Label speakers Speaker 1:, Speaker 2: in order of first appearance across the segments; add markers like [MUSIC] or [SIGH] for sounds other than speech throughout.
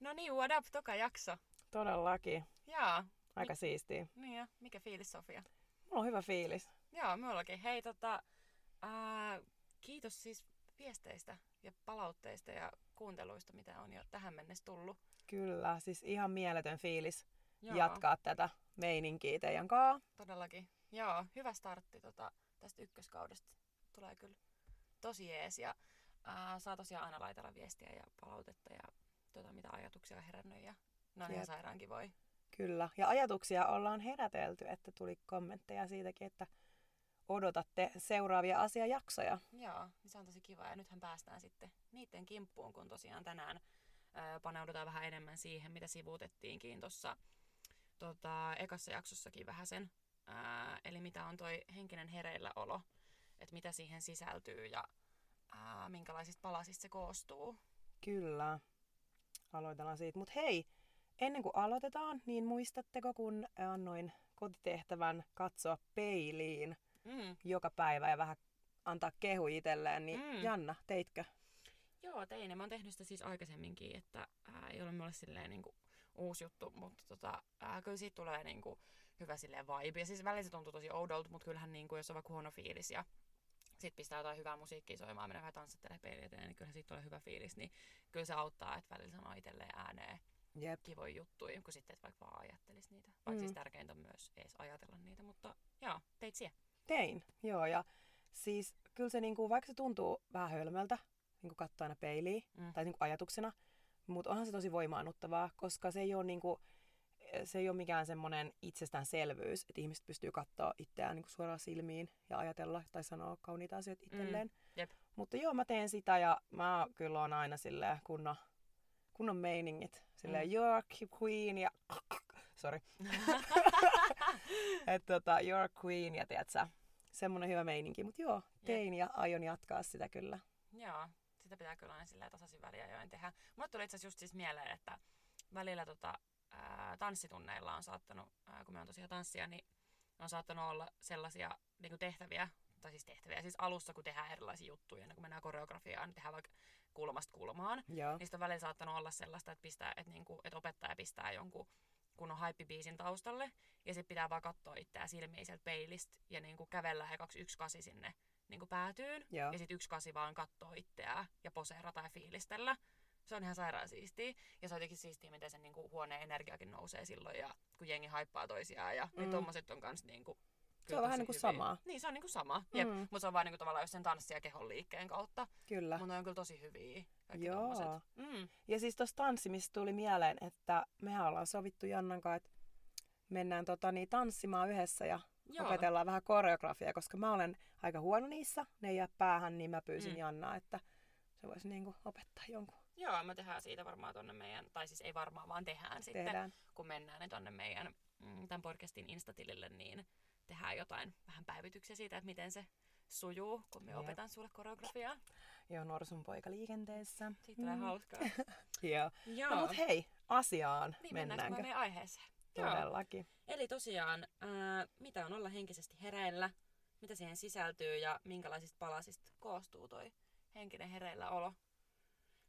Speaker 1: No niin, What Up, toka jakso.
Speaker 2: Todellakin.
Speaker 1: Jaa,
Speaker 2: Aika siistiä.
Speaker 1: niin ja mikä fiilis Sofia?
Speaker 2: Mulla on hyvä fiilis.
Speaker 1: Joo, minullakin. Hei, tota, ää, kiitos siis viesteistä ja palautteista ja kuunteluista, mitä on jo tähän mennessä tullut.
Speaker 2: Kyllä, siis ihan mieletön fiilis
Speaker 1: Joo,
Speaker 2: jatkaa tätä meininkiä teidän kaa.
Speaker 1: Todellakin. Joo, hyvä startti tota, tästä ykköskaudesta. Tulee kyllä tosi jees ja ää, saa tosiaan aina laitella viestiä ja palautetta ja tota, mitä ajatuksia on herännyt ja ne on ihan
Speaker 2: Jep.
Speaker 1: sairaankin voi.
Speaker 2: Kyllä. Ja ajatuksia ollaan herätelty, että tuli kommentteja siitäkin, että odotatte seuraavia asiajaksoja.
Speaker 1: Joo, niin se on tosi kiva. Ja nythän päästään sitten niiden kimppuun, kun tosiaan tänään ö, paneudutaan vähän enemmän siihen, mitä sivuutettiinkin tuossa tota, ekassa jaksossakin vähän sen. Ää, eli mitä on toi henkinen hereilläolo, että mitä siihen sisältyy ja ää, minkälaisista palasista se koostuu.
Speaker 2: Kyllä. Aloitellaan siitä. Mutta hei, ennen kuin aloitetaan, niin muistatteko, kun annoin kotitehtävän katsoa peiliin
Speaker 1: Mm.
Speaker 2: joka päivä ja vähän antaa kehu itselleen, niin
Speaker 1: Mm.
Speaker 2: mm. Janna, teitkö?
Speaker 1: Joo, tein. Ja mä oon tehnyt sitä siis aikaisemminkin, että ää, ei ole mulle silleen niinku uusi juttu, mutta tota, ää, kyllä siitä tulee niinku hyvä silleen vibe. Ja siis välillä se tuntuu tosi oudolta, mutta kyllähän niinku, jos on vaikka huono fiilis ja sit pistää jotain hyvää musiikkia soimaan, menee vähän tanssittelemaan peilin eteen, niin kyllähän siitä tulee hyvä fiilis. Niin kyllä se auttaa, että välillä sanoo itselleen ääneen
Speaker 2: Jep.
Speaker 1: kivoja juttuja, kun sitten et vaikka vaan ajattelisi niitä. Vaikka
Speaker 2: Mm.
Speaker 1: siis tärkeintä on myös edes ajatella niitä, mutta joo, teit siellä.
Speaker 2: Tein, joo. Ja siis kyllä se, niinku, vaikka se tuntuu vähän hölmöltä, niinku katsoa aina peiliin,
Speaker 1: Mm.
Speaker 2: mm. tai niinku ajatuksena, mutta onhan se tosi voimaannuttavaa, koska se ei ole niinku, se ei ole mikään semmoinen itsestäänselvyys, että ihmiset pystyy katsoa itseään niinku suoraan silmiin ja ajatella tai sanoa kauniita asioita itselleen. Mm.
Speaker 1: Jep.
Speaker 2: Mutta joo, mä teen sitä ja mä kyllä on aina silleen kunnon, kunnon meiningit. Silleen mm. you're queen ja... [LAUGHS] Sorry. että tota, you're queen ja tiedät sä, semmonen hyvä meininki. Mut joo, tein ja aion jatkaa sitä kyllä.
Speaker 1: Joo, sitä pitää kyllä aina silleen tasaisin väliajoin tehdä. Mulle tuli itse asiassa just siis mieleen, että välillä tota, ää, tanssitunneilla on saattanut, ää, kun me on tosiaan tanssia, niin on saattanut olla sellaisia niin kuin tehtäviä, tai siis tehtäviä, siis alussa kun tehdään erilaisia juttuja, ennen kuin mennään koreografiaan, niin tehdään vaikka kulmasta kulmaan.
Speaker 2: Joo.
Speaker 1: Niistä on välillä saattanut olla sellaista, että, pistää, että, niinku, että opettaja pistää jonkun kun on haippibiisin taustalle, ja sitten pitää vaan katsoa itseä silmiin sieltä peilistä, ja niinku kävellä ekaksi yksi kasi sinne niinku päätyyn,
Speaker 2: Joo.
Speaker 1: ja sitten yksi kasi vaan katsoo itseään ja poseerata ja fiilistellä. Se on ihan sairaan siistiä. Ja se on jotenkin siistiä, miten sen niinku huoneen energiakin nousee silloin, ja kun jengi haippaa toisiaan, ja mm. niin
Speaker 2: Mm.
Speaker 1: tommoset on kans niinku
Speaker 2: Se on vähän
Speaker 1: tosi
Speaker 2: niinku
Speaker 1: hyviä.
Speaker 2: samaa.
Speaker 1: Niin, se on niinku sama. Jep.
Speaker 2: Mm.
Speaker 1: Mutta se on vaan niinku tavallaan just sen tanssia kehon liikkeen kautta.
Speaker 2: Kyllä.
Speaker 1: Mutta on kyllä tosi hyviä. Kaikki
Speaker 2: Joo.
Speaker 1: tommoset. Mm.
Speaker 2: Ja siis tuossa tanssimista tuli mieleen, että mehän ollaan sovittu Jannan kanssa, että mennään tota, niin, tanssimaan yhdessä ja
Speaker 1: Joo.
Speaker 2: Joo. opetellaan vähän koreografiaa, koska mä olen aika huono niissä, ne ei jää päähän, niin mä pyysin
Speaker 1: Mm.
Speaker 2: mm. Jannaa, että se voisi niinku opettaa jonkun.
Speaker 1: Joo, me tehdään siitä varmaan tonne meidän, tai siis ei varmaan, vaan tehdään sitten,
Speaker 2: Tehdään.
Speaker 1: kun mennään niin tonne meidän mm, tämän podcastin instatilille, niin tehdään jotain vähän päivityksiä siitä, että miten se sujuu, kun me
Speaker 2: Jep.
Speaker 1: opetan sulle koreografiaa.
Speaker 2: Joo, nuorison poika liikenteessä.
Speaker 1: Siitä tulee
Speaker 2: [LAUGHS]
Speaker 1: hauskaa.
Speaker 2: Joo.
Speaker 1: Joo.
Speaker 2: Mm. No mut hei, asiaan
Speaker 1: niin mennäänkö me
Speaker 2: mennäänkö?
Speaker 1: meidän aiheeseen? Joo.
Speaker 2: Todellakin.
Speaker 1: Eli tosiaan, ää, mitä on olla henkisesti hereillä, mitä siihen sisältyy ja minkälaisista palasista koostuu toi henkinen hereilläolo.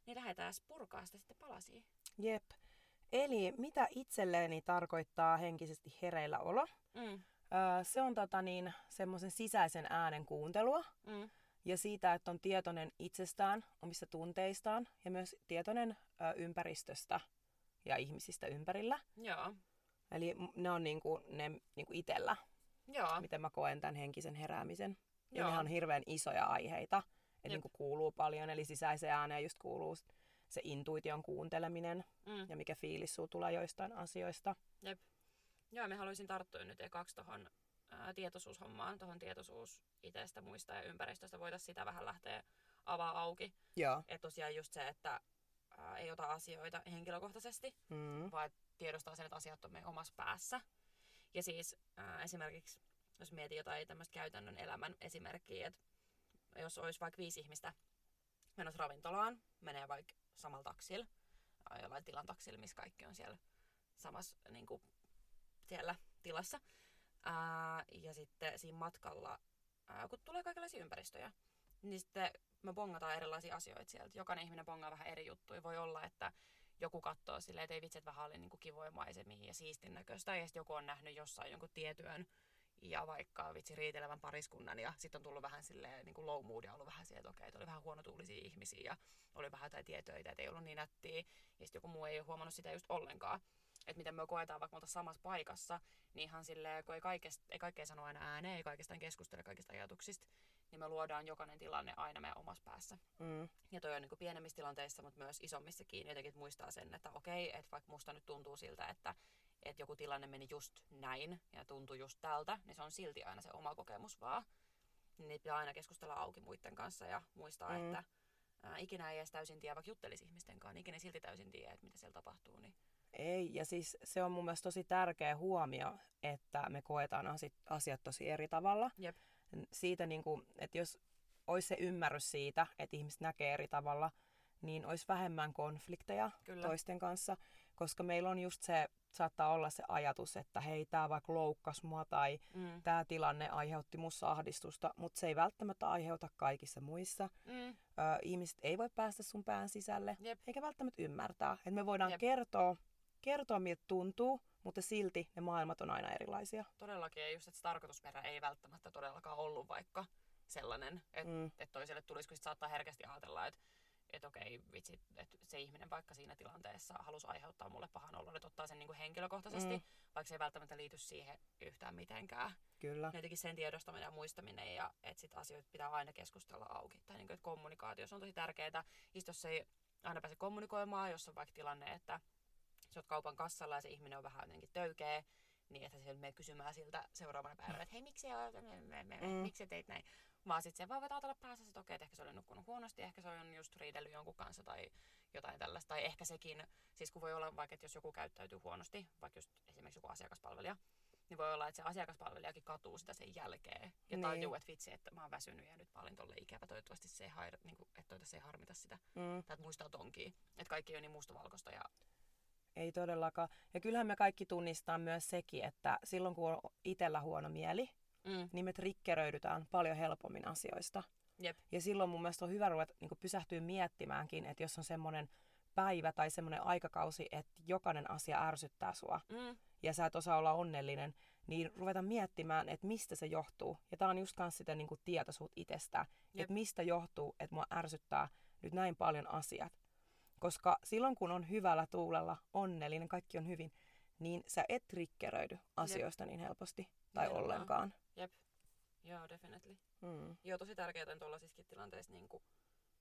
Speaker 1: Niin lähdetään purkaa sitä sitten palasia.
Speaker 2: Jep. Eli mitä itselleni tarkoittaa henkisesti hereillä olo?
Speaker 1: Mm,
Speaker 2: Öö, se on tota niin, semmoisen sisäisen äänen kuuntelua.
Speaker 1: mm,
Speaker 2: ja siitä, että on tietoinen itsestään, omista tunteistaan ja myös tietoinen ö, ympäristöstä ja ihmisistä ympärillä.
Speaker 1: joo.
Speaker 2: Eli m- ne on niinku, ne niinku itellä,
Speaker 1: Joo.
Speaker 2: miten mä koen tämän henkisen heräämisen. Ja
Speaker 1: Joo.
Speaker 2: nehän on hirveän isoja aiheita, että
Speaker 1: Jep.
Speaker 2: niinku kuuluu paljon, eli sisäiseen ääneen just kuuluu s- se intuition kuunteleminen
Speaker 1: Mm.
Speaker 2: ja mikä fiilis sulla tulee joistain asioista.
Speaker 1: Jep. Joo, me haluaisin tarttua nyt ekaksi tuohon tietoisuushommaan, tuohon tietoisuus itsestä, muista ja ympäristöstä. Voitaisiin sitä vähän lähteä avaa auki.
Speaker 2: Joo.
Speaker 1: Että tosiaan just se, että ää, ei ota asioita henkilökohtaisesti,
Speaker 2: Mm.
Speaker 1: vaan tiedostaa sen, että asiat on meidän omassa päässä. Ja siis ää, esimerkiksi, jos mietin jotain tämmöistä käytännön elämän esimerkkiä, että jos olisi vaikka viisi ihmistä menossa ravintolaan, menee vaikka samalla taksilla, ää, jollain tilan taksilla, missä kaikki on siellä samassa niin kuin, siellä tilassa. Ää, ja sitten siinä matkalla, ää, kun tulee kaikenlaisia ympäristöjä, niin sitten me bongataan erilaisia asioita sieltä. Jokainen ihminen bongaa vähän eri juttuja. Voi olla, että joku katsoo silleen, että ei vitsi, että vähän oli niinku kivoja maisemia ja siistin näköistä. Ja sitten joku on nähnyt jossain jonkun tietyön ja vaikka vitsi riitelevän pariskunnan ja sitten on tullut vähän silleen niin kuin low mood ja ollut vähän sieltä, että okei, että oli vähän huonotuulisia ihmisiä ja oli vähän jotain tietoita, että ei ollut niin nättiä ja sitten joku muu ei ole huomannut sitä just ollenkaan. Että miten me koetaan vaikka me oltais samassa paikassa, niin ihan silleen, kun ei, kaikesta, ei kaikkea sano aina ääneen, ei kaikestaan keskustele kaikista ajatuksista, niin me luodaan jokainen tilanne aina meidän omassa päässä.
Speaker 2: Mm.
Speaker 1: Ja toi on niin pienemmissä tilanteissa, mutta myös isommissa kiinni jotenkin että muistaa sen, että okei, että vaikka musta nyt tuntuu siltä, että, että joku tilanne meni just näin ja tuntui just tältä, niin se on silti aina se oma kokemus vaan. Niin niitä pitää aina keskustella auki muiden kanssa ja muistaa,
Speaker 2: Mm.
Speaker 1: mm. että ää, ikinä ei edes täysin tiedä, vaikka juttelisi ihmisten kanssa, niin ikinä ei silti täysin tiedä, että mitä siellä tapahtuu. Niin.
Speaker 2: Ei, ja siis se on mun mielestä tosi tärkeä huomio, että me koetaan asi- asiat tosi eri tavalla.
Speaker 1: Jep.
Speaker 2: N- Siitä, niin kuin, että jos olisi se ymmärrys siitä, että ihmiset näkee eri tavalla, niin olisi vähemmän konflikteja
Speaker 1: Kyllä.
Speaker 2: toisten kanssa, koska meillä on just se, saattaa olla se ajatus, että hei, tämä vaikka loukkas mua tai
Speaker 1: Mm.
Speaker 2: tämä tilanne aiheutti musta ahdistusta, mutta se ei välttämättä aiheuta kaikissa muissa.
Speaker 1: Mm.
Speaker 2: Ö, ihmiset ei voi päästä sun pään sisälle,
Speaker 1: Jep.
Speaker 2: eikä välttämättä ymmärtää. Et me voidaan
Speaker 1: Jep.
Speaker 2: kertoa, kertoa, miltä tuntuu, mutta silti ne maailmat on aina erilaisia.
Speaker 1: Todellakin, ja just, että se tarkoitusperä ei välttämättä todellakaan ollut vaikka sellainen, että
Speaker 2: Mm.
Speaker 1: että toiselle tulisi, kun sit saattaa herkästi ajatella, että et okei, vitsi, että se ihminen vaikka siinä tilanteessa halusi aiheuttaa mulle pahan olon, että ottaa sen niinku henkilökohtaisesti,
Speaker 2: Mm.
Speaker 1: mm. vaikka se ei välttämättä liity siihen yhtään mitenkään.
Speaker 2: Kyllä.
Speaker 1: Ja Jotenkin sen tiedostaminen ja muistaminen ja että sit asioita pitää aina keskustella auki. Tai niinku, että kommunikaatio, se on tosi tärkeää. Just jos ei aina pääse kommunikoimaan, jos on vaikka tilanne, että sä oot kaupan kassalla ja se ihminen on vähän jotenkin töykeä, niin että se mene kysymään siltä seuraavana päivänä, että hei miksi,
Speaker 2: Mm.
Speaker 1: mm. miksi sä teit näin. Vaan sitten se vaan vetää tällä päässä, että okei, että ehkä se oli nukkunut huonosti, ehkä se on just riidellyt jonkun kanssa tai jotain tällaista. Tai ehkä sekin, siis kun voi olla vaikka, että jos joku käyttäytyy huonosti, vaikka just esimerkiksi joku asiakaspalvelija, niin voi olla, että se asiakaspalvelijakin katuu sitä sen jälkeen. Ja
Speaker 2: Niin.
Speaker 1: tajuu, että vitsi, että mä oon väsynyt ja nyt mä olin tolle ikävä. Toivottavasti se ei, hair, niin kuin, että toivottavasti se ei harmita sitä.
Speaker 2: Mm.
Speaker 1: Tai että muistaa tonkiin. Että kaikki ei ole niin mustavalkoista ja
Speaker 2: Ei todellakaan. Ja kyllähän me kaikki tunnistaa myös sekin, että silloin kun on itsellä huono mieli,
Speaker 1: mm.
Speaker 2: niin me triggeröidytään paljon helpommin asioista.
Speaker 1: Jep.
Speaker 2: Ja silloin mun mielestä on hyvä ruveta niin pysähtyä miettimäänkin, että jos on semmoinen päivä tai semmoinen aikakausi, että jokainen asia ärsyttää sua,
Speaker 1: Mm.
Speaker 2: ja sä et osaa olla onnellinen, niin ruveta miettimään, että mistä se johtuu. Ja tää on just kans sitä niin tietoisuutta itsestä,
Speaker 1: Jep.
Speaker 2: että mistä johtuu, että mua ärsyttää nyt näin paljon asiat. Koska silloin kun on hyvällä tuulella, onnellinen, kaikki on hyvin, niin sä et triggeröidy asioista niin helposti tai
Speaker 1: Nimenomaan.
Speaker 2: ollenkaan.
Speaker 1: Joo, definitely.
Speaker 2: Mm.
Speaker 1: Joo, tosi tärkeää on tuollaisissakin tilanteissa niin kuin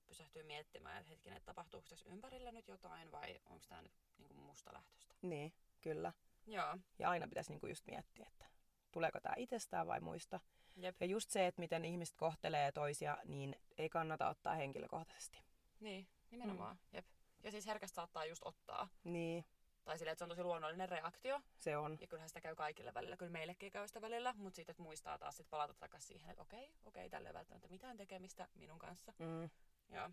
Speaker 1: pysähtyy miettimään, että hetkinen, että tapahtuuko tässä ympärillä nyt jotain vai onko tämä nyt niin kuin musta lähtöstä.
Speaker 2: Niin, kyllä.
Speaker 1: Joo,
Speaker 2: Ja aina pitäisi niinku just miettiä, että tuleeko tämä itsestään vai muista.
Speaker 1: jep.
Speaker 2: Ja just se, että miten ihmiset kohtelee toisia, niin ei kannata ottaa henkilökohtaisesti.
Speaker 1: Niin, nimenomaan. Mm. Jep. Ja siis herkästi saattaa just ottaa.
Speaker 2: Niin,
Speaker 1: Tai silleen, että se on tosi luonnollinen reaktio.
Speaker 2: se on.
Speaker 1: Ja kyllähän sitä käy kaikille välillä, kyllä meillekin käy sitä välillä, mutta sitten että muistaa taas sit palata takaisin siihen, että okei, okei, tällä ei välttämättä mitään tekemistä minun kanssa.
Speaker 2: Mm.
Speaker 1: Joo,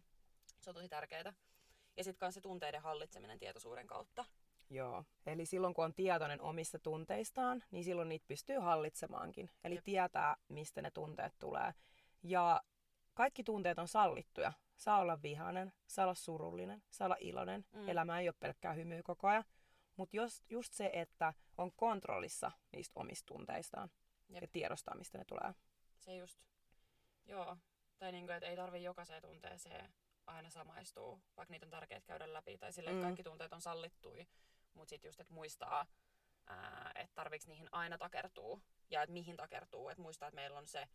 Speaker 1: se on tosi tärkeää. Ja sitten myös se tunteiden hallitseminen tietoisuuden kautta.
Speaker 2: Joo. Eli silloin kun on tietoinen omista tunteistaan, niin silloin niitä pystyy hallitsemaankin. Eli
Speaker 1: Jep.
Speaker 2: tietää, mistä ne tunteet tulee. Ja kaikki tunteet on sallittuja. Saa olla vihainen, saa olla surullinen, saa olla iloinen. Mm.
Speaker 1: Mm.
Speaker 2: Elämä ei ole pelkkää hymyä koko ajan. Mutta just se, että on kontrollissa niistä omista tunteistaan
Speaker 1: Jep.
Speaker 2: ja tiedostaa, mistä ne tulee.
Speaker 1: Se just, joo, tai niinku, että ei tarvi jokaiseen tunteeseen aina samaistua, vaikka niitä on tärkeää käydä läpi. Tai silleen, että
Speaker 2: Mm.
Speaker 1: kaikki tunteet on sallittuja, mutta sitten just, että muistaa, ää, että tarviks niihin aina takertuu ja että mihin takertuu. Että muistaa, että meillä on se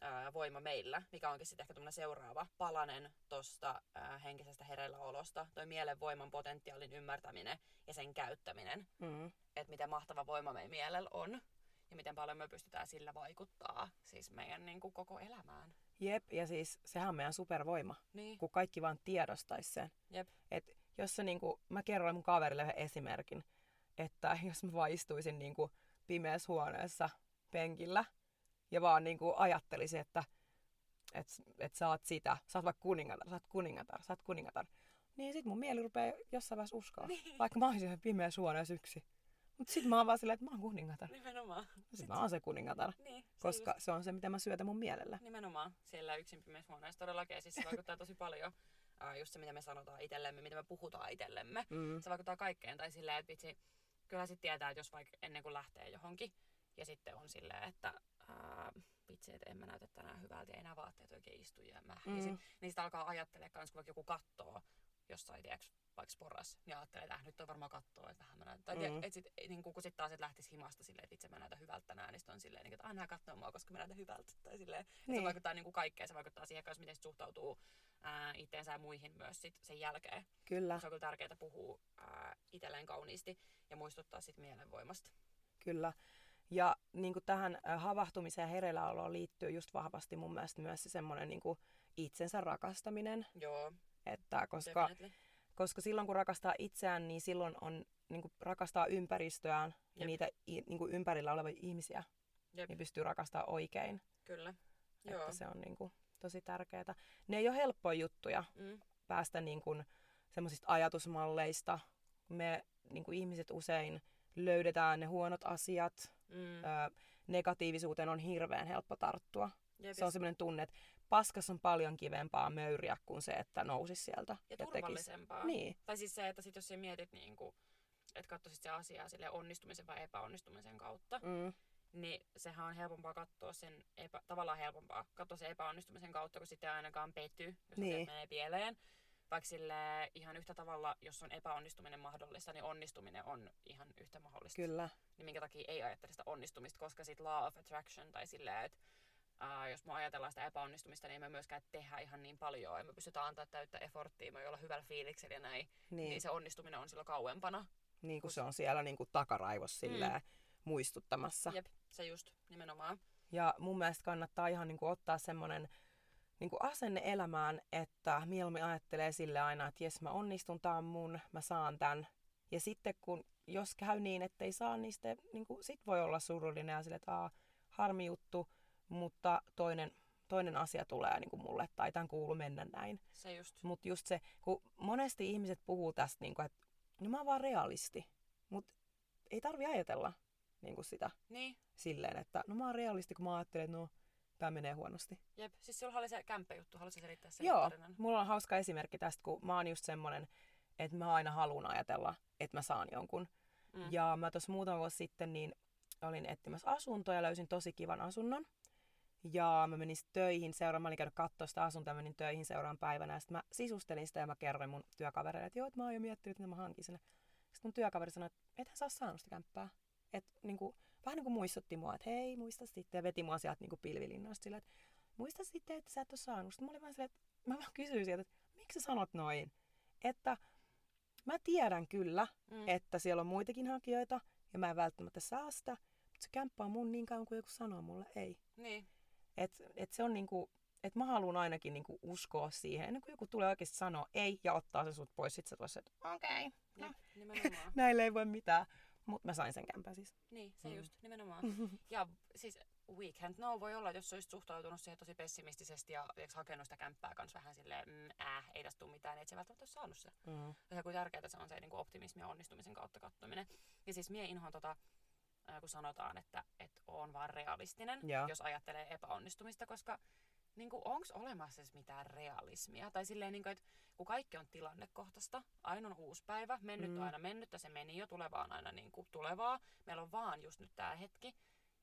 Speaker 1: ää, voima meillä, mikä onkin sitten ehkä tämmöinen seuraava palanen tosta ää, henkisestä hereilläolosta. Toi mielen voiman potentiaalin ymmärtäminen ja sen käyttäminen.
Speaker 2: Mm.
Speaker 1: Että miten mahtava voima meidän mielellä on ja miten paljon me pystytään sillä vaikuttaa siis meidän niin kuin, koko elämään.
Speaker 2: Jep, ja siis sehän on meidän supervoima.
Speaker 1: Niin.
Speaker 2: kun kaikki vaan tiedostaisi sen.
Speaker 1: Jep.
Speaker 2: Et jos se niinku, mä kerroin mun kaverille yhden esimerkin, että [LAUGHS] jos mä vaan istuisin niinku pimeässä huoneessa penkillä ja vaan niinku ajattelisin, että et, et sä oot sitä, sä oot vaikka kuningatar, sä oot kuningatar, sä oot kuningatar, niin sit mun mieli rupeaa jossain vaiheessa uskoa.
Speaker 1: Niin.
Speaker 2: Vaikka mä olisin ihan pimeässä huoneessa yksi. Mut sit mä oon vaan silleen, että mä oon kuningatar.
Speaker 1: Nimenomaan.
Speaker 2: Sit mä oon se kuningatar.
Speaker 1: Niin, se
Speaker 2: Koska se on se, mitä mä syötän mun mielellä.
Speaker 1: Nimenomaan siellä yksin pimeässä huoneessa todellakin, ja siis se vaikuttaa tosi paljon. ää, just se, mitä me sanotaan itsellemme, mitä me puhutaan itsellemme.
Speaker 2: Mm.
Speaker 1: Se vaikuttaa kaikkeen tai silleen, että vitsi, kyllä sitten tietää, että jos vaikka ennen kuin lähtee johonkin ja sitten on silleen, että ää, vitsi, että en mä näytä tänään hyvältä ja enää vaatteet oikein istu ja mä. Mm.
Speaker 2: Mm.
Speaker 1: Ja sit, niin sitä alkaa ajattelee kans, kun vaikka joku kattoo jossain, tiedäks, vaikka sporras, niin ajattelee, että äh, nyt on varmaan kattoo, että vähän mä näytän. Tai
Speaker 2: Mm.
Speaker 1: mm. et sit, niin kun, kun sit taas et lähtisi himasta silleen, että itse mä näytän hyvältä tänään, niin sit on silleen, niin, että aina kattoo mua, koska mä näytän hyvältä. Tai silleen, niin. Se
Speaker 2: Niin.
Speaker 1: vaikuttaa niin kuin kaikkeen, se vaikuttaa siihen kanssa, miten sit suhtautuu ää, itteensä ja muihin myös sit sen jälkeen.
Speaker 2: Kyllä,
Speaker 1: Se on kyllä tärkeää puhua ää, itselleen kauniisti ja muistuttaa sit mielenvoimasta.
Speaker 2: kyllä. Ja niin kuin tähän äh, havahtumiseen ja hereilläoloon liittyy just vahvasti mun mielestä myös se semmoinen niin kuin itsensä rakastaminen.
Speaker 1: Joo,
Speaker 2: Että koska,
Speaker 1: definitely.
Speaker 2: koska silloin kun rakastaa itseään, niin silloin on niin kuin rakastaa ympäristöään ja
Speaker 1: Jep.
Speaker 2: niitä i- niin kuin ympärillä olevia ihmisiä,
Speaker 1: Jep.
Speaker 2: niin pystyy rakastamaan oikein.
Speaker 1: Kyllä. Joo.
Speaker 2: Että se on niin kuin tosi tärkeää. Ne ei ole helppoja juttuja,
Speaker 1: Mm.
Speaker 2: päästä niin kuin semmoisista ajatusmalleista. Me niin kuin ihmiset usein löydetään ne huonot asiat.
Speaker 1: Mm.
Speaker 2: Ö, negatiivisuuteen on hirveän helppo tarttua.
Speaker 1: Jep.
Speaker 2: Se on semmoinen tunne, että paskas on paljon kivempaa möyriä kuin se, että nousisi sieltä.
Speaker 1: ja
Speaker 2: tekisi.
Speaker 1: turvallisempaa.
Speaker 2: Niin,
Speaker 1: Tai siis se, että sit jos sä mietit niin kuin, että katsoisit se asiaa sille onnistumisen vai epäonnistumisen kautta,
Speaker 2: mm,
Speaker 1: niin sehän on helpompaa katsoa sen, epä, tavallaan helpompaa katsoa sen epäonnistumisen kautta, kun sitten ainakaan petty, jos
Speaker 2: Niin.
Speaker 1: niin. menee pieleen. Vaikka sille ihan yhtä tavalla, jos on epäonnistuminen mahdollista, niin onnistuminen on ihan yhtä mahdollista.
Speaker 2: kyllä.
Speaker 1: Niin minkä takia ei ajattele sitä onnistumista, koska sit law of attraction tai silleen, että ää, jos me ajatellaan sitä epäonnistumista, niin ei me myöskään tehdä ihan niin paljon. Emme pystytä antaa täyttä efforttia, me ei olla hyvällä fiiliksellä ja näin. Niin. niin
Speaker 2: Niin,
Speaker 1: se onnistuminen on silloin kauempana.
Speaker 2: niin kuin se on siellä niin kuin takaraivossa
Speaker 1: Mm.
Speaker 2: silleen muistuttamassa.
Speaker 1: Jep, se just, nimenomaan.
Speaker 2: Ja mun mielestä kannattaa ihan niin kuin ottaa semmoinen niin kuin asenne elämään, että mieluummin ajattelee sille aina, että jes mä onnistun, tää on mun, mä saan tän. Ja sitten kun, jos käy niin, että ei saa, niin sitten niin kuin, sit voi olla surullinen ja sille, että aah, harmi juttu, mutta toinen, toinen asia tulee niin kuin mulle tai tämän kuuluu mennä näin.
Speaker 1: Se just.
Speaker 2: Mutta just se, kun monesti ihmiset puhuu tästä, niin kuin, että no mä oon vaan realisti, mutta ei tarvi ajatella niin kuin sitä
Speaker 1: Niin,
Speaker 2: silleen, että no mä oon realisti, kun mä ajattelen, että no, tää menee huonosti.
Speaker 1: jep. Siis silloin oli se kämppäjuttu, haluaisin selittää sen
Speaker 2: Joo,
Speaker 1: tarinan.
Speaker 2: mulla on hauska esimerkki tästä, kun mä oon just semmonen, että mä aina haluan ajatella, että mä saan jonkun.
Speaker 1: Mm.
Speaker 2: Ja mä tuossa muutama vuosi sitten niin olin etsimässä asuntoa ja löysin tosi kivan asunnon. Ja mä menin sit töihin seuraan, mä olin käynyt katsoa sitä asuntoa, menin töihin seuraan päivänä. Ja sit mä sisustelin sitä ja mä kerroin mun työkavereille, että joo, että mä oon jo miettinyt, että mä hankin sen. Sitten mun työkaveri sanoi, että et hän saa saanut sitä kämppää. Et, niinku, vähän niin kuin muistutti mua, että hei, muista sitten. Ja veti mua sieltä niinku pilvilinnoista sillä, että muista sitten, että sä et ole saanut. Sitten mä olin vähän silleen, että mä vaan kysyin sieltä, että miksi sä sanot noin? Että mä tiedän kyllä,
Speaker 1: Mm.
Speaker 2: että siellä on muitakin hakijoita ja mä en välttämättä saa sitä, mutta se kämppä on mun niin kauan kuin joku sanoo mulle ei.
Speaker 1: Niin,
Speaker 2: Et, et se on niinku, et mä haluan ainakin niinku uskoa siihen, ennen kuin joku tulee oikeasti sanoa ei ja ottaa sen sut pois, sit sä tuossa, että okei, okay,
Speaker 1: jep, nimenomaan.
Speaker 2: näille ei voi mitään. Mut mä sain sen kämpän siis.
Speaker 1: niin, se
Speaker 2: Mm.
Speaker 1: just, nimenomaan. Ja siis we can't know voi olla, että jos olisit suhtautunut siihen tosi pessimistisesti ja tiiäks, hakenut sitä kämppää kanssa vähän silleen, mm, äh, ei tästä tule mitään, niin et sä välttämättä ole saanut sitä.
Speaker 2: Mm.
Speaker 1: Ja kuin tärkeää se on se niin kuin optimismi ja onnistumisen kautta kattominen. Ja siis mie inhoan tota, ää, kun sanotaan, että, että on vaan realistinen,
Speaker 2: Joo.
Speaker 1: jos ajattelee epäonnistumista, koska niin kuin, onko olemassa edes mitään realismia? Tai silleen, niin kuin, että kun kaikki on tilannekohtaista, aina on uusi päivä, mennyt
Speaker 2: Mm.
Speaker 1: on aina mennyttä, se meni jo, tulevaa on aina niin kuin, tulevaa, meillä on vaan just nyt tämä hetki,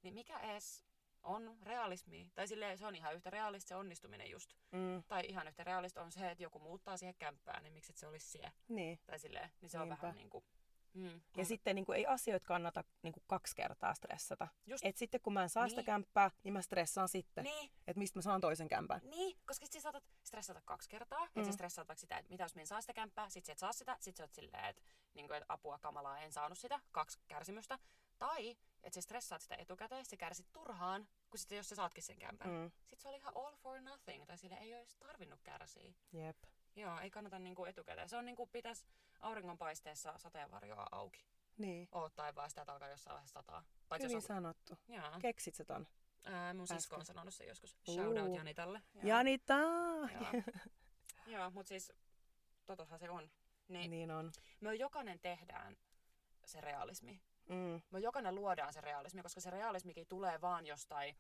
Speaker 1: niin mikä edes on realismi? Tai silleen, se on ihan yhtä realista se onnistuminen just.
Speaker 2: Mm.
Speaker 1: Tai ihan yhtä realista on se, että joku muuttaa siihen kämppään, niin miksi et se olisi siellä?
Speaker 2: Niin.
Speaker 1: tai silleen, niin se on
Speaker 2: Niinpä.
Speaker 1: vähän niinku... Mm,
Speaker 2: Ja
Speaker 1: on-
Speaker 2: sitten niinku, ei asioita kannata niinku, kaksi kertaa stressata.
Speaker 1: Just-
Speaker 2: Et sitten kun mä en saa sitä
Speaker 1: Niin.
Speaker 2: kämppää, niin mä stressaan sitten.
Speaker 1: niin,
Speaker 2: Että mistä mä saan toisen kämpän.
Speaker 1: niin, koska sit sä saatat stressata kaksi kertaa, mm.
Speaker 2: Mm.
Speaker 1: että sä stressaat vaikka sitä, että mitä jos mä en saa sitä kämppää, sit sä et saa sitä, sit sä oot silleen, että niinku, et apua kamalaa, en saanut sitä, kaksi kärsimystä, tai että sä stressaat sitä etukäteen, sä kärsit turhaan, kun sitten jos sä saatkin sen kämpän. Mm.
Speaker 2: Mm.
Speaker 1: Sit se oli ihan all for nothing, tai sille ei olisi tarvinnut kärsiä.
Speaker 2: Jep.
Speaker 1: Joo, ei kannata niinku etukäteen. Se on niinku pitäis auringonpaisteessa sateenvarjoa auki.
Speaker 2: Niin.
Speaker 1: Oot tai vaan sitä, että alkaa jossain vaiheessa sataa. Paitsi
Speaker 2: Hyvin
Speaker 1: jos on...
Speaker 2: sanottu.
Speaker 1: Jaa.
Speaker 2: Keksit sä ton?
Speaker 1: Ää, mun sisko on
Speaker 2: Äsken.
Speaker 1: sanonut sen joskus.
Speaker 2: Uu.
Speaker 1: Shoutout Janitalle.
Speaker 2: Janita!
Speaker 1: Joo. [LAUGHS] Joo, mut siis totahan se on. Niin, niin.
Speaker 2: Niin on.
Speaker 1: Me jokainen tehdään se realismi.
Speaker 2: Mm.
Speaker 1: Me jokainen luodaan se realismi, koska se realismikin tulee vaan jostain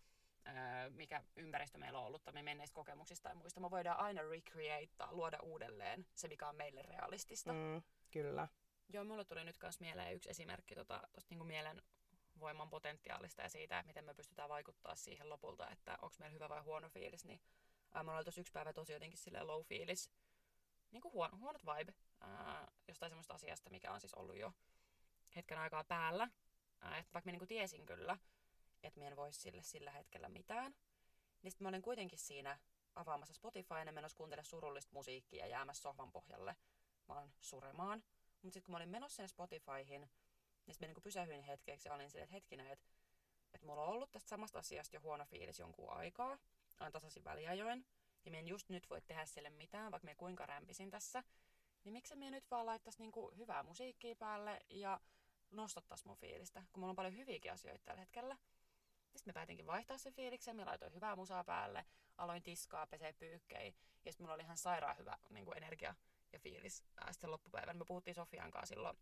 Speaker 1: öö, mikä ympäristö meillä on ollut tai me menneistä kokemuksista tai muista. Me voidaan aina recreate, luoda uudelleen se, mikä on meille realistista. Mm.
Speaker 2: Mm, kyllä.
Speaker 1: Joo, mulle tuli nyt myös mieleen yksi esimerkki tuota, tuosta niinku mielen voiman potentiaalista ja siitä, että miten me pystytään vaikuttaa siihen lopulta, että onko meillä hyvä vai huono fiilis, niin ää, mulla oli tuossa yksi päivä tosi jotenkin silleen low fiilis, niin kuin huono, huonot vibe ää, jostain semmoista asiasta, mikä on siis ollut jo hetken aikaa päällä, ää, että vaikka mä niinku tiesin kyllä, että mä en voi sille sillä hetkellä mitään, niin sitten mä olin kuitenkin siinä avaamassa Spotifyn ja menossa kuuntelemaan surullista musiikkia ja jäämässä sohvan pohjalle vaan suremaan. Mutta sitten kun mä olin menossa sinne Spotifyhin, niin sitten mä niinku pysähyin hetkeksi ja olin silleen, että hetkinen, että et mulla on ollut tästä samasta asiasta jo huono fiilis jonkun aikaa, aina tasaisin väliajoin, ja mä en just nyt voi tehdä sille mitään, vaikka mä kuinka rämpisin tässä, niin miksi mä nyt vaan laittaisi niinku hyvää musiikkia päälle ja nostattaisi mun fiilistä, kun mulla on paljon hyviäkin asioita tällä hetkellä. Sitten mä päätinkin vaihtaa sen fiiliksen, mä laitoin hyvää musaa päälle, aloin tiskaa, pesee pyykkejä, ja sitten mulla oli ihan sairaan hyvä niin kuin energia ja fiilis. Ää, Sitten loppupäivän me puhuttiin Sofian kanssa silloin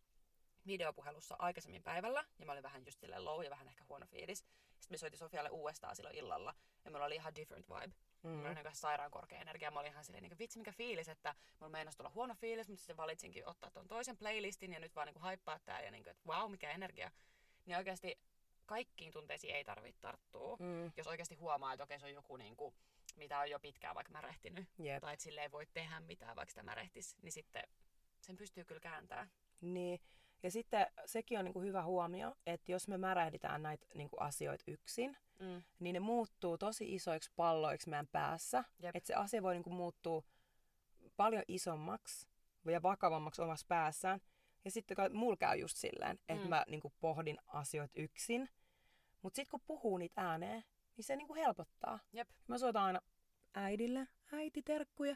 Speaker 1: videopuhelussa aikaisemmin päivällä, ja mä olin vähän just silleen low ja vähän ehkä huono fiilis. Sitten me soitin Sofialle uudestaan silloin illalla, ja mulla oli ihan different vibe. Mm. Mulla oli niin sairaan korkea energia, mä olin ihan silleen, niin vitsi mikä fiilis, että mulla meinasi tulla huono fiilis, mutta sitten valitsinkin ottaa tuon toisen playlistin ja nyt vaan niin haippaa tää, ja niin kuin, että wow, mikä energia. Niin oikeasti kaikkiin tunteisiin ei tarvitse tarttua, mm.
Speaker 2: Mm,
Speaker 1: jos oikeasti huomaa, että okei se on joku niin kuin, mitä on jo pitkään vaikka märehtinyt,
Speaker 2: jep.
Speaker 1: tai että sille ei voi tehdä mitään, vaikka sitä märehtisi, niin sitten sen pystyy kyllä kääntämään.
Speaker 2: Niin. Ja sitten sekin on niinku hyvä huomio, että jos me märähditään näitä niinku asioita yksin,
Speaker 1: Mm.
Speaker 2: niin ne muuttuu tosi isoiksi palloiksi meidän päässä.
Speaker 1: Jep.
Speaker 2: Että se asia voi niinku muuttua paljon isommaksi ja vakavammaksi omassa päässään. Ja sitten kai mulla käy just silleen, että
Speaker 1: Mm.
Speaker 2: mm. mä niinku pohdin asioita yksin. Mutta sitten kun puhuu niitä ääneen, niin se niinku helpottaa.
Speaker 1: Jep.
Speaker 2: Mä soitan aina äidille, äiti terkkuja.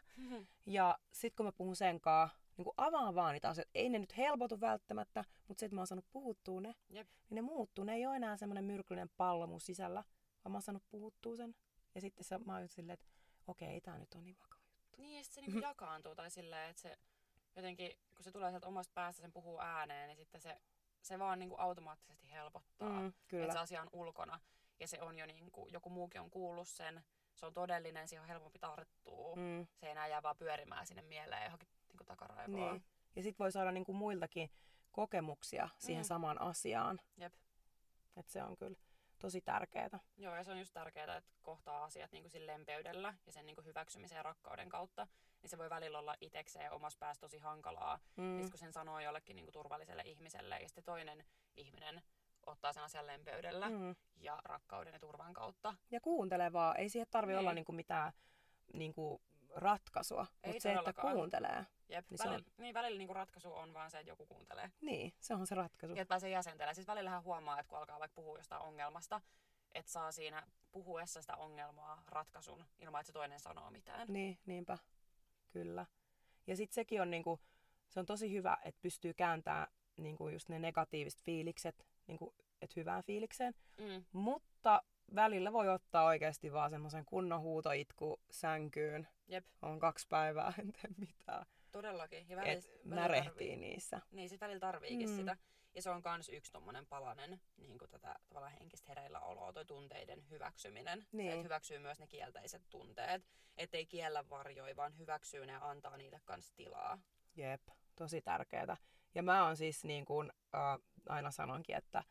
Speaker 2: Ja sitten kun mä puhun sen kanssa, niin avaan vaan niitä asioita. Ei ne nyt helpotu välttämättä, mutta se, että mä oon saanut puhuttua ne,
Speaker 1: Jep.
Speaker 2: niin ne muuttuu. Ne ei ole enää semmoinen myrkyllinen pallo mun sisällä, vaan mä oon saanut puhuttua sen. Ja sitten se, mä oon just silleen, että okei, ei tää nyt on niin vakava juttu.
Speaker 1: Niin, ja sit se niinku jakaantuu tai silleen, että se jotenkin, kun se tulee sieltä omasta päästä, sen puhuu ääneen, niin sitten se, se vaan niinku automaattisesti helpottaa, mm,
Speaker 2: Mm,
Speaker 1: että se
Speaker 2: kyllä.
Speaker 1: asia on ulkona. Ja se on jo niinku, joku muukin on kuullut sen, se on todellinen, siihen on helpompi tarttua. Mm.
Speaker 2: Mm,
Speaker 1: Se ei enää jää vaan pyörimään sinne mieleen johonkin niinku takaraivoon.
Speaker 2: niin. Ja sitten voi saada niinku muiltakin kokemuksia siihen
Speaker 1: Mm.
Speaker 2: samaan asiaan.
Speaker 1: Jep.
Speaker 2: Et se on kyllä tosi tärkeää.
Speaker 1: Joo, ja se on just tärkeää, että kohtaa asiat niin kuin lempeydellä ja sen niin kuin hyväksymisen ja rakkauden kautta, niin se voi välillä olla itsekseen omassa päässä tosi hankalaa, mm.
Speaker 2: Mm,
Speaker 1: kun sen sanoo jollekin niin kuin turvalliselle ihmiselle, ja sitten toinen ihminen ottaa sen asian lempöydellä mm.
Speaker 2: mm.
Speaker 1: ja rakkauden ja turvan kautta.
Speaker 2: Ja kuuntelee vaan. Ei siihen tarvi
Speaker 1: Niin.
Speaker 2: olla niinku mitään niinku ratkaisua,
Speaker 1: Ei
Speaker 2: mutta se, että
Speaker 1: todellakaan.
Speaker 2: kuuntelee.
Speaker 1: Jep,
Speaker 2: Niin
Speaker 1: niin,
Speaker 2: se on-
Speaker 1: välillä, niin välillä niin kuin ratkaisu on vaan se, että joku kuuntelee.
Speaker 2: Niin, se on se ratkaisu.
Speaker 1: Ja että pääsee jäsentelemään. Siis välillähän huomaa, että kun alkaa vaikka puhua jostain ongelmasta, että saa siinä puhuessa sitä ongelmaa ratkaisun ilman, että se toinen sanoo mitään.
Speaker 2: Niin, niinpä. Kyllä. Ja sitten sekin on niinku, se on tosi hyvä, että pystyy kääntämään niinku just ne negatiiviset fiilikset niinku, et hyvään fiilikseen.
Speaker 1: Mm.
Speaker 2: Mutta välillä voi ottaa oikeasti vaan semmoisen kunnon huutoitku sänkyyn.
Speaker 1: Jep.
Speaker 2: On kaksi päivää, [LAUGHS] en tee mitään.
Speaker 1: Todellakin. Ja välillä,
Speaker 2: Et
Speaker 1: välillä tarvii-
Speaker 2: märehtii niissä.
Speaker 1: Niin, sit välillä tarviikin
Speaker 2: Mm.
Speaker 1: mm. sitä. Ja se on kans yksi tommonen palanen, niin kuin tätä tavallaan henkistä hereilläoloa, toi tunteiden hyväksyminen.
Speaker 2: Niin.
Speaker 1: Se, että hyväksyy myös ne kielteiset tunteet. Ettei kiellä varjoi, vaan hyväksyy ne ja antaa niille kans tilaa.
Speaker 2: Jep, tosi tärkeää. Ja mä oon siis niin kuin äh, aina sanonkin, että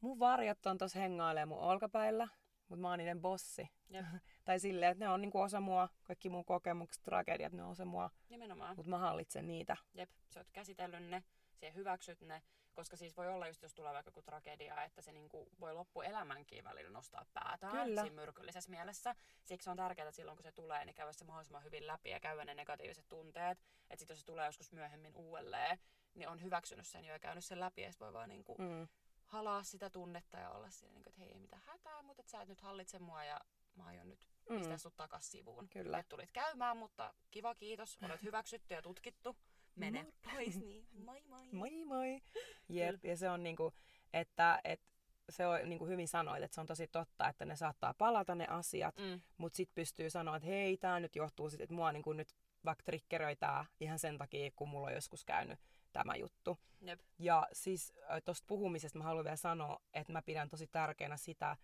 Speaker 2: mun varjot on tossa hengailee mun olkapäillä, mutta mä oon niiden bossi.
Speaker 1: Jep.
Speaker 2: [LAUGHS] tai silleen, että ne on niin kuin osa mua, kaikki mun kokemukset, tragediat, ne on osa mua,
Speaker 1: Nimenomaan.
Speaker 2: mutta mä hallitsen niitä.
Speaker 1: Jep, sä oot käsitellyt ne, sä hyväksyt ne. Koska siis voi olla just, jos tulee vaikka joku tragedia, että se niinku voi loppuelämänkin välillä nostaa päätään
Speaker 2: Kyllä.
Speaker 1: siinä myrkyllisessä mielessä. Siksi on tärkeää, että silloin kun se tulee, niin käydä se mahdollisimman hyvin läpi ja käydä ne negatiiviset tunteet. Että sitten jos se tulee joskus myöhemmin uudelleen, niin on hyväksynyt sen jo ja käynyt sen läpi. Ja sit voi vaan niinku
Speaker 2: Mm.
Speaker 1: halaa sitä tunnetta ja olla siinä, niinku, että hei, ei mitään hätää, mutta et sä et nyt hallitse mua ja mä aion nyt pistää
Speaker 2: Mm.
Speaker 1: sut takas sivuun.
Speaker 2: Kyllä.
Speaker 1: Et tulit käymään, mutta kiva kiitos. Olet hyväksytty ja tutkittu. Mene
Speaker 2: Mor-
Speaker 1: pois, niin [LAUGHS] moi moi.
Speaker 2: Moi moi! Jep, ja se on niin kuin, että, että se on niin kuin hyvin sanoit, että se on tosi totta, että ne saattaa palata ne asiat,
Speaker 1: Mm,
Speaker 2: mutta sitten pystyy sanoa, että hei, tämä nyt johtuu siitä, että mua niin kuin nyt vaikka triggeröi tää ihan sen takia, kun mulla on joskus käynyt tämä juttu.
Speaker 1: jep.
Speaker 2: Ja siis tuosta puhumisesta mä haluan vielä sanoa, että mä pidän tosi tärkeänä sitä,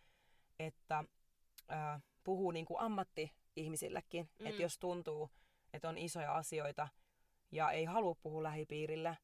Speaker 2: että ää, puhuu niin kuin ammatti-ihmisillekin. Mm. Että jos tuntuu, että on isoja asioita ja ei halua puhua lähipiirillä,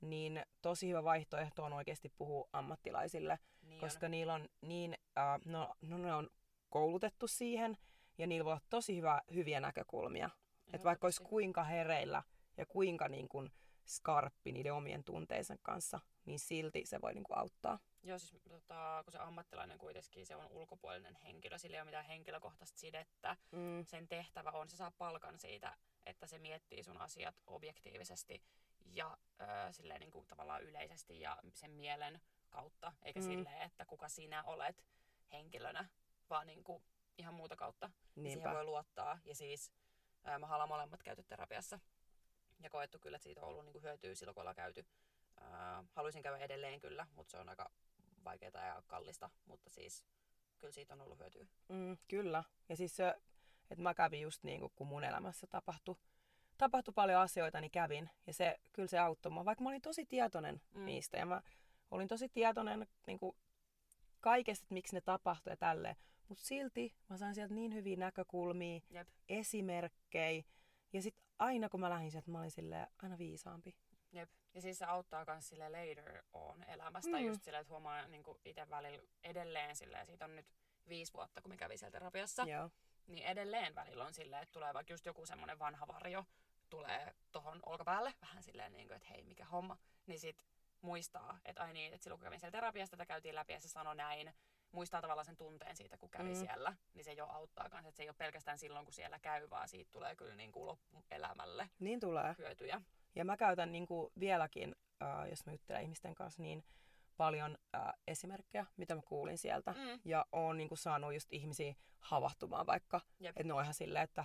Speaker 2: niin tosi hyvä vaihtoehto on oikeasti puhua ammattilaisille,
Speaker 1: Niin
Speaker 2: koska niillä on niin, äh, no, no ne on koulutettu siihen ja niillä voi olla tosi hyvä, hyviä näkökulmia.
Speaker 1: on.
Speaker 2: Että vaikka olisi
Speaker 1: Ehdottomasti.
Speaker 2: kuinka hereillä ja kuinka niin kuin skarppi niiden omien tunteensa kanssa, niin silti se voi niin kuin auttaa.
Speaker 1: Joo, siis tota, kun se ammattilainen kuitenkin, se on ulkopuolinen henkilö, sillä ei ole mitään henkilökohtaista sidettä.
Speaker 2: Mm.
Speaker 1: Sen tehtävä on, se saa palkan siitä, että se miettii sun asiat objektiivisesti ja ö, silleen niin kuin, tavallaan yleisesti ja sen mielen kautta, eikä
Speaker 2: Mm.
Speaker 1: mm. silleen, että kuka sinä olet henkilönä, vaan niin kuin, ihan muuta kautta. Niin
Speaker 2: Niinpä.
Speaker 1: siihen voi luottaa. Ja siis ää, me ollaan molemmat käyty terapiassa. Ja koettu kyllä, että siitä on ollut niin kuin hyötyä silloin, kun ollaan käyty. Ää, haluaisin käydä edelleen kyllä, mutta se on aika vaikeaa ja kallista. Mutta siis kyllä siitä on ollut hyötyä.
Speaker 2: Mm, kyllä. Ja siis se, että mä kävin just niin kuin, kun mun elämässä tapahtui, tapahtui paljon asioita, niin kävin. Ja se, kyllä se auttoi mua, vaikka mä olin tosi tietoinen mm.
Speaker 1: Mm.
Speaker 2: niistä. Ja mä olin tosi tietoinen niin kuin, kaikesta, että miksi ne tapahtui ja tälleen. Mutta silti mä sain sieltä niin hyviä näkökulmia,
Speaker 1: Jep.
Speaker 2: esimerkkejä. Ja sitten aina kun mä lähdin sieltä, mä olin silleen aina viisaampi.
Speaker 1: Jep. Ja siis se auttaa myös sille later on elämästä.
Speaker 2: Mm.
Speaker 1: Mm. Just silleen, että huomaa niin itse välillä edelleen silleen, siitä on nyt viisi vuotta, kun me kävin siellä terapiassa.
Speaker 2: Joo.
Speaker 1: niin edelleen välillä on silleen, että tulee vaikka just joku semmoinen vanha varjo, tulee tohon olkapäälle vähän silleen, niin kuin, että hei, mikä homma, niin sit muistaa, että ai niin, että silloin kun kävin siellä terapiassa, tätä käytiin läpi ja se sanoi näin, muistaa tavallaan sen tunteen siitä, kun kävi
Speaker 2: Mm.
Speaker 1: mm. siellä, niin se jo auttaa kanssa, että se ei ole pelkästään silloin, kun siellä käy, vaan siitä tulee kyllä niin kuin loppuelämälle
Speaker 2: Niin tulee.
Speaker 1: hyötyjä.
Speaker 2: Ja mä käytän niin kuin vieläkin, äh, jos mä juttelen ihmisten kanssa, niin paljon äh, esimerkkejä, mitä mä kuulin sieltä. Mm.
Speaker 1: Mm.
Speaker 2: Ja oon niin kuin saanut just ihmisiä havahtumaan vaikka.
Speaker 1: Jep.
Speaker 2: Että ne on ihan silleen, että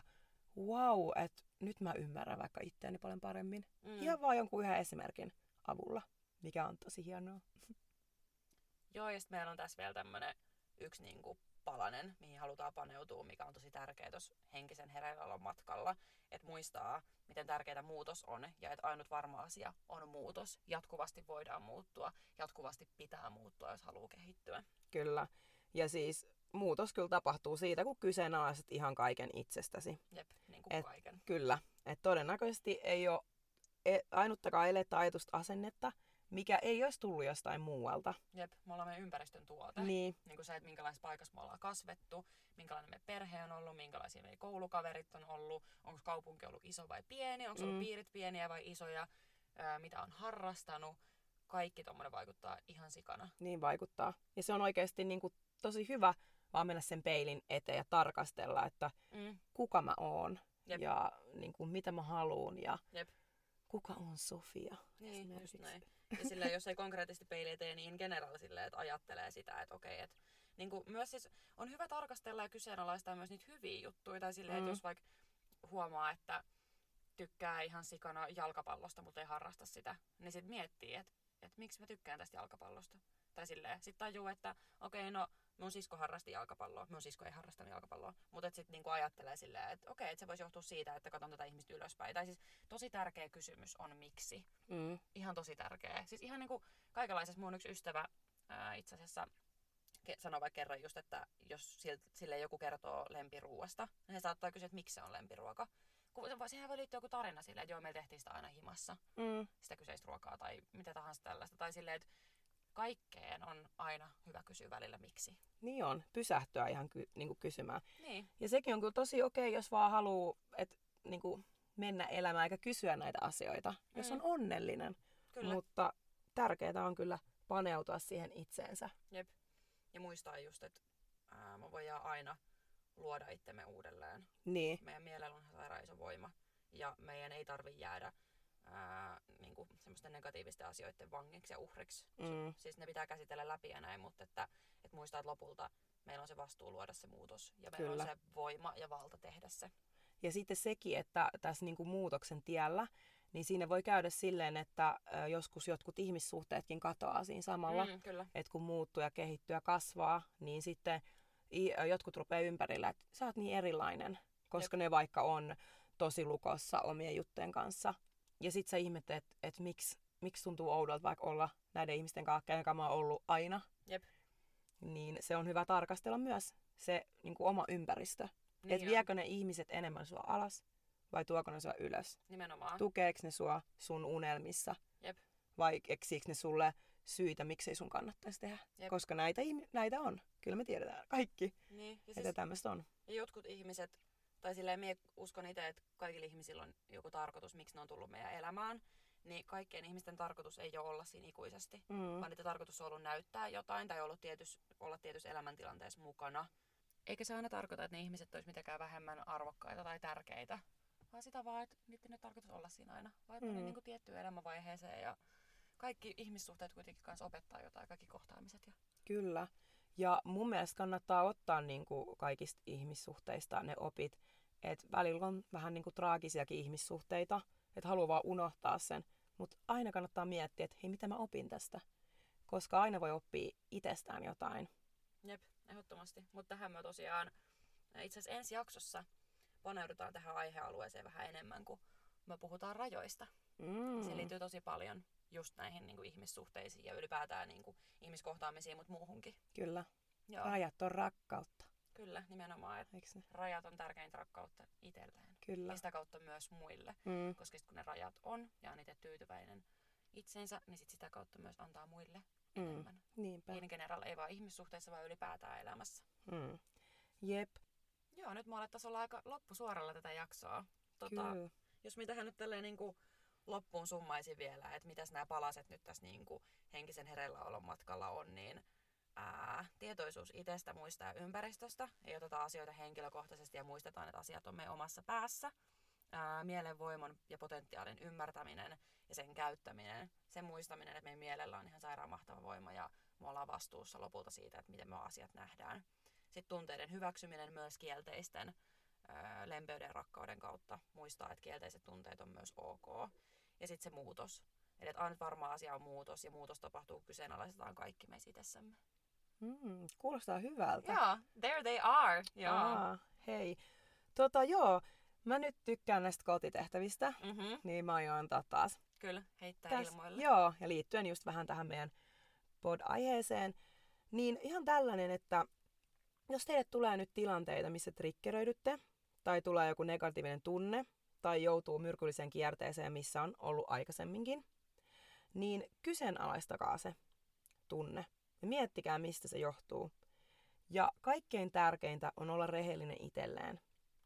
Speaker 2: wow, että nyt mä ymmärrän vaikka itseäni paljon paremmin. Mm.
Speaker 1: Mm.
Speaker 2: Ihan vaan jonkun yhden esimerkin avulla, mikä on tosi hienoa.
Speaker 1: Joo, ja sitten meillä on tässä vielä tämmöinen yksi niin kuin palanen, mihin halutaan paneutua, mikä on tosi tärkeä tuossa henkisen hereilläolon matkalla, että muistaa, miten tärkeää muutos on, ja että ainut varma asia on muutos. Jatkuvasti voidaan muuttua, jatkuvasti pitää muuttua, jos haluaa kehittyä.
Speaker 2: Kyllä. Ja siis muutos kyllä tapahtuu siitä, kun kyseenalaistat ihan kaiken itsestäsi.
Speaker 1: Jep, niin kuin
Speaker 2: Et-
Speaker 1: kaiken.
Speaker 2: Kyllä. Et todennäköisesti ei ole e- ainuttakaan elettä ajatusta asennetta, mikä ei olisi tullut jostain muualta.
Speaker 1: Jep, me ollaan meidän ympäristön tuote.
Speaker 2: Niin,
Speaker 1: Niin kuin se, että minkälaisessa paikassa me ollaan kasvettu, minkälainen meidän perhe on ollut, minkälaisia meidän koulukaverit on ollut, onko kaupunki ollut iso vai pieni, onko mm.
Speaker 2: Mm.
Speaker 1: ollut piirit pieniä vai isoja, ää, mitä on harrastanut. Kaikki tuommoinen vaikuttaa ihan sikana.
Speaker 2: niin vaikuttaa. Ja se on oikeasti niin kuin tosi hyvä vaan mennä sen peilin eteen ja tarkastella, että
Speaker 1: Mm.
Speaker 2: kuka mä oon
Speaker 1: Jep.
Speaker 2: ja niin kuin, mitä mä haluun ja
Speaker 1: Jep.
Speaker 2: kuka on Sofia.
Speaker 1: Niin, just
Speaker 2: esimerkiksi.
Speaker 1: näin. Ja sillä, jos ei konkreettisesti peiliä tee, niin in general silleen, että ajattelee sitä, että okei, että niin kuin myös siis on hyvä tarkastella ja kyseenalaistaa myös niitä hyviä juttuja. Tai silleen,
Speaker 2: Mm.
Speaker 1: että jos vaikka huomaa, että tykkää ihan sikana jalkapallosta, mutta ei harrasta sitä, niin sitten miettii, että, että miksi mä tykkään tästä jalkapallosta. Tai silleen, sitten tajuu, että okei, no mun sisko harrasti jalkapalloa, mun sisko ei harrastanut jalkapalloa, mutta sitten niinku ajattelee silleen, että okei, että se voisi johtua siitä, että katson tätä ihmistä ylöspäin. Tai siis tosi tärkeä kysymys on miksi
Speaker 2: Mm.
Speaker 1: ihan tosi tärkeä. Siis ihan niinku kaikenlaisessa mun yksi ystävä ää, itse asiassa ke- sanoi vaikka kerran just, että jos sil- sille joku kertoo lempiruuasta, niin he saattaa kysyä, että miksi se on lempiruoka. Kun se voi, siihen voi liittyä joku tarina silleen, että joo, me tehtiin sitä aina himassa,
Speaker 2: Mm.
Speaker 1: sitä kyseistä ruokaa tai mitä tahansa tällaista. Tai silleen, että kaikkeen on aina hyvä kysyä välillä miksi.
Speaker 2: Niin on, pysähtyä ihan ky- niin kuin kysymään.
Speaker 1: Niin,
Speaker 2: Ja sekin on kyllä tosi okei, okay, jos vaan haluaa et, niinku, mennä elämään eikä kysyä näitä asioita, jos
Speaker 1: Mm.
Speaker 2: on onnellinen.
Speaker 1: kyllä. Mut.
Speaker 2: Mutta tärkeää on kyllä paneutua siihen itseensä.
Speaker 1: Ja muistaa just, että ää, me voidaan aina luoda itsemme uudelleen.
Speaker 2: Niin,
Speaker 1: meidän mielellä on ihan sairaan iso voima ja meidän ei tarvi jäädä ää, niin kuin semmoisten negatiivisten asioiden vangiksi ja uhriksi.
Speaker 2: Mm.
Speaker 1: Siis ne pitää käsitellä läpi ja näin, mutta että, että muistaa, että lopulta meillä on se vastuu luoda se muutos ja meillä
Speaker 2: Kyllä.
Speaker 1: on se voima ja valta tehdä se.
Speaker 2: Ja sitten sekin, että tässä niinku muutoksen tiellä, niin siinä voi käydä silleen, että ö, joskus jotkut ihmissuhteetkin katoaa siinä samalla. Mm.
Speaker 1: Mm, kyllä.
Speaker 2: Että kun muuttuu ja kehittyy ja kasvaa, niin sitten i- ö, jotkut rupeaa ympärillä, että sä oot niin erilainen, koska ne vaikka on tosi lukossa omien juttujen kanssa. Ja sit sä ihmettelet, että et miksi, miksi tuntuu oudolta vaikka olla näiden ihmisten kanssa, kenen kanssa mä oon ollut aina.
Speaker 1: Jep.
Speaker 2: niin se on hyvä tarkastella myös se niin kuin oma ympäristö. Niin että
Speaker 1: on.
Speaker 2: viekö ne ihmiset enemmän sua alas vai tuoko ne sua ylös?
Speaker 1: Nimenomaan.
Speaker 2: Tukeeko ne sua sun unelmissa?
Speaker 1: Jep.
Speaker 2: Vai eksiikö ne sulle syitä, miksei sun kannattaisi tehdä?
Speaker 1: Jep.
Speaker 2: Koska näitä, ihmi- näitä on. Kyllä me tiedetään kaikki, siis...
Speaker 1: niin. Ja,
Speaker 2: että
Speaker 1: siis,
Speaker 2: tämmöistä on.
Speaker 1: ja jotkut ihmiset, tai silleen mie uskon itse, että kaikilla ihmisillä on joku tarkoitus, miksi ne on tullut meidän elämään. Niin kaikkien ihmisten tarkoitus ei ole olla siinä ikuisesti.
Speaker 2: Mm.
Speaker 1: vaan niiden tarkoitus on ollut näyttää jotain tai ollut tietys, olla tietyssä elämäntilanteessa mukana. Eikä se aina tarkoita, että ne ihmiset olisi mitenkään vähemmän arvokkaita tai tärkeitä, vaan sitä vaan, että niiden ei tarkoitus olla siinä aina, vaan että mm. ne
Speaker 2: Mm.
Speaker 1: niin kuin tiettyyn elämänvaiheeseen ja kaikki ihmissuhteet kuitenkin kanssa opettaa jotain, kaikki kohtaamiset. Ja...
Speaker 2: Kyllä. Ja mun mielestä kannattaa ottaa niin kuin kaikista ihmissuhteista ne opit. Että välillä on vähän niin kuin traagisiakin ihmissuhteita, että haluaa vaan unohtaa sen. Mutta aina kannattaa miettiä, että hei, mitä mä opin tästä. Koska aina voi oppia itsestään jotain.
Speaker 1: Jep, ehdottomasti. Mutta tähän me tosiaan äh, itse asiassa ensi jaksossa paneudutaan tähän aihealueeseen vähän enemmän, kun me puhutaan rajoista.
Speaker 2: Mm.
Speaker 1: Se liittyy tosi paljon just näihin niin kuin ihmissuhteisiin ja ylipäätään niin kuin ihmiskohtaamisiin, mutta muuhunkin.
Speaker 2: Kyllä.
Speaker 1: Joo.
Speaker 2: Rajat on rakkautta.
Speaker 1: Kyllä, nimenomaan. Että
Speaker 2: Eiks ne?
Speaker 1: rajat on tärkeintä rakkautta itselleen.
Speaker 2: Kyllä.
Speaker 1: Ja sitä kautta myös muille.
Speaker 2: Mm.
Speaker 1: Koska sit kun ne rajat on ja on itse tyytyväinen itsensä, niin sit sitä kautta myös antaa muille
Speaker 2: Mm.
Speaker 1: enemmän. Niin.
Speaker 2: Niinpä.
Speaker 1: In general, ei vaan ihmissuhteissa, vaan ylipäätään elämässä.
Speaker 2: Mm. Jep,
Speaker 1: Tota- Joo, nyt me alettaisiin olla aika loppusuoralla tätä jaksoa. Tota,
Speaker 2: kyllä.
Speaker 1: jos mä tähän nyt tälleen niin kuin loppuun summaisin vielä, että mitäs nämä palaset nyt tässä niin kuin henkisen hereilläolon matkalla on, niin ää, tietoisuus itsestä, muista ja ympäristöstä. Ei oteta asioita henkilökohtaisesti ja muistetaan, että asiat on meidän omassa päässä. Ää, mielenvoiman ja potentiaalin ymmärtäminen ja sen käyttäminen, sen muistaminen, että meidän mielellä on ihan sairaan mahtava voima ja me ollaan vastuussa lopulta siitä, että miten me asiat nähdään. Sitten tunteiden hyväksyminen myös kielteisten ää, lempeyden ja rakkauden kautta muistaa, että kielteiset tunteet on myös ok. Ja sitten se muutos. Eli että ainut varma asia on muutos, ja muutos tapahtuu, kyseenalaistetaan kaikki me itsessämme.
Speaker 2: Mm. Kuulostaa hyvältä.
Speaker 1: Joo, there they are. Joo.
Speaker 2: Aa, hei. Tota joo, mä nyt tykkään näistä kotitehtävistä,
Speaker 1: Mhm,
Speaker 2: niin mä aion antaa taas.
Speaker 1: kyllä, heittää
Speaker 2: Täs-
Speaker 1: ilmoille.
Speaker 2: Joo, ja liittyen just vähän tähän meidän pod-aiheeseen, niin ihan tällainen, että jos teille tulee nyt tilanteita, missä triggeröidytte, tai tulee joku negatiivinen tunne, tai joutuu myrkylliseen kierteeseen, missä on ollut aikaisemminkin, niin kyseenalaistakaa se tunne. Ja miettikää, mistä se johtuu. Ja kaikkein tärkeintä on olla rehellinen itselleen.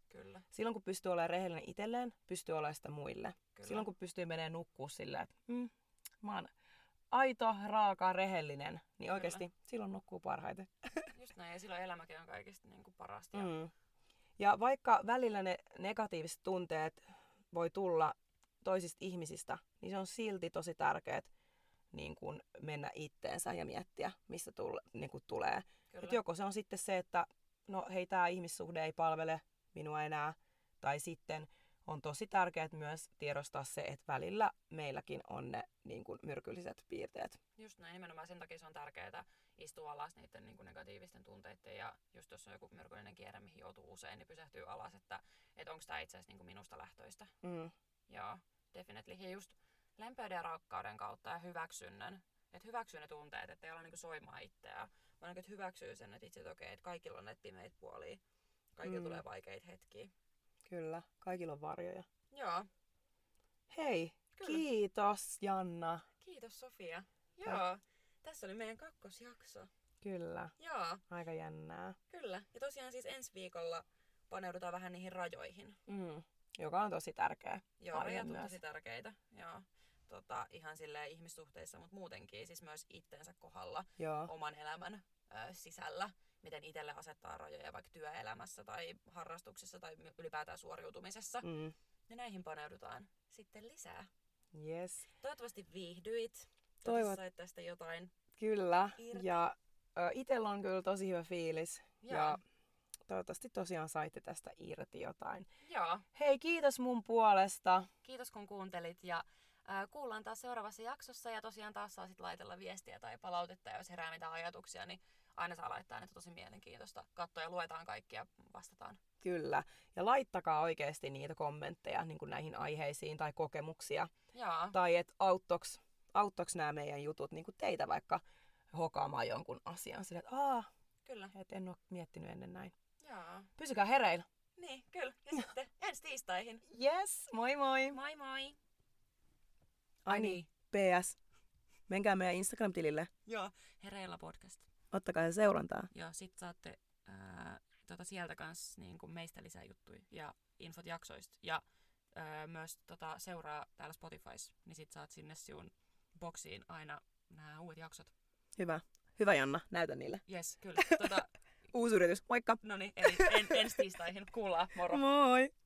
Speaker 1: Kyllä,
Speaker 2: Silloin kun pystyy olemaan rehellinen itselleen, pystyy olemaan sitä muille.
Speaker 1: kyllä.
Speaker 2: Silloin kun pystyy menemään nukkuu sillä, että mm, mä oon aito, raaka, rehellinen, niin oikeasti silloin nukkuu parhaiten.
Speaker 1: Just näin, ja silloin elämäkin on kaikista niin kuin parasta. Ja...
Speaker 2: Mm. Ja vaikka välillä ne negatiiviset tunteet voi tulla toisista ihmisistä, niin se on silti tosi tärkeää niin kun mennä itteensä ja miettiä, mistä tull, niin kun tulee. Et
Speaker 1: Kyllä,
Speaker 2: joko se on sitten se, että no hei, tämä ihmissuhde ei palvele minua enää, tai sitten on tosi tärkeää myös tiedostaa se, että välillä meilläkin on ne niin kuin, myrkylliset piirteet.
Speaker 1: just näin. Nimenomaan sen takia se on tärkeää istua alas niiden niin kuin negatiivisten tunteiden ja just jos on joku myrkyllinen kierre, mihin joutuu usein, niin pysähtyy alas, että, että onko tämä itse asiassa niin kuin minusta lähtöistä.
Speaker 2: Mm.
Speaker 1: Joo, definitely. Ja just lempeyden ja rakkauden kautta ja hyväksynnän. Että hyväksyy ne tunteet, ettei olla niinku soimaa itseään. Vaan niinku, että hyväksyy sen, että itse että okei, että kaikilla on näitä pimeitä puolia. Kaikilla
Speaker 2: Mm.
Speaker 1: tulee vaikeita hetkiä.
Speaker 2: Kyllä, kaikilla on varjoja.
Speaker 1: Joo,
Speaker 2: Hei,
Speaker 1: Kyllä.
Speaker 2: kiitos Janna.
Speaker 1: kiitos Sofia.
Speaker 2: Ja-
Speaker 1: Joo, ja. tässä oli meidän kakkosjakso.
Speaker 2: Kyllä,
Speaker 1: Joo,
Speaker 2: aika jännää.
Speaker 1: kyllä. Ja tosiaan siis ensi viikolla paneudutaan vähän niihin rajoihin.
Speaker 2: Mm. Joka on tosi tärkeä.
Speaker 1: Joo,
Speaker 2: Paljon
Speaker 1: rajat on
Speaker 2: myös.
Speaker 1: tosi tärkeitä. Joo. Tota, ihan silleen ihmissuhteissa, mutta muutenkin siis myös itsensä kohdalla.
Speaker 2: Joo.
Speaker 1: oman elämän ö, sisällä, miten itselle asettaa rajoja vaikka työelämässä tai harrastuksessa tai my- ylipäätään suoriutumisessa. Mm.
Speaker 2: Mm.
Speaker 1: Ja näihin paneudutaan sitten lisää.
Speaker 2: Yes.
Speaker 1: Toivottavasti viihdyit.
Speaker 2: Toivot-
Speaker 1: Toivottavasti sait tästä jotain.
Speaker 2: Kyllä.
Speaker 1: Irti.
Speaker 2: Ja ö, itellä on kyllä tosi hyvä fiilis.
Speaker 1: Joo.
Speaker 2: Ja toivottavasti tosiaan saitte tästä irti jotain.
Speaker 1: Joo.
Speaker 2: Hei, kiitos mun puolesta.
Speaker 1: Kiitos kun kuuntelit ja ää, kuullaan taas seuraavassa jaksossa ja tosiaan taas saa sit laitella viestiä tai palautetta ja jos herää mitään ajatuksia, niin aina saa laittaa, että tosi mielenkiintoista. Katsoa ja luetaan kaikkia, vastataan.
Speaker 2: Kyllä. Ja laittakaa oikeasti niitä kommentteja niin kuin näihin aiheisiin tai kokemuksia.
Speaker 1: Joo.
Speaker 2: Tai että auttoks, auttoks nämä meidän jutut niin kuin teitä vaikka hokaamaan jonkun asian silleen, että aah,
Speaker 1: Kyllä.
Speaker 2: et en ole miettinyt ennen näin.
Speaker 1: Joo.
Speaker 2: Pysykää hereillä.
Speaker 1: Niin, kyllä.
Speaker 2: [LAUGHS]
Speaker 1: Ja sitten ensi tiistaihin.
Speaker 2: Yes, moi moi.
Speaker 1: Moi moi.
Speaker 2: Ai niin, PS. Menkää meidän Instagram-tilille.
Speaker 1: Joo. Hereillä podcast.
Speaker 2: Ottakaa se seurantaa.
Speaker 1: Joo, sit saatte ää, tota, sieltä kans niin kuin meistä lisää juttuja ja infot jaksoista. Ja ää, myös tota, seuraa täällä Spotifys, niin sit saat sinne sinun boksiin aina nämä uudet jaksot.
Speaker 2: Hyvä. Hyvä Janna, näytä niille.
Speaker 1: Yes, kyllä. Tota, [LAUGHS]
Speaker 2: Uusi yritys, moikka.
Speaker 1: no niin, eli en, ensi tiistaihin. Kuullaan, moro.
Speaker 2: Moi.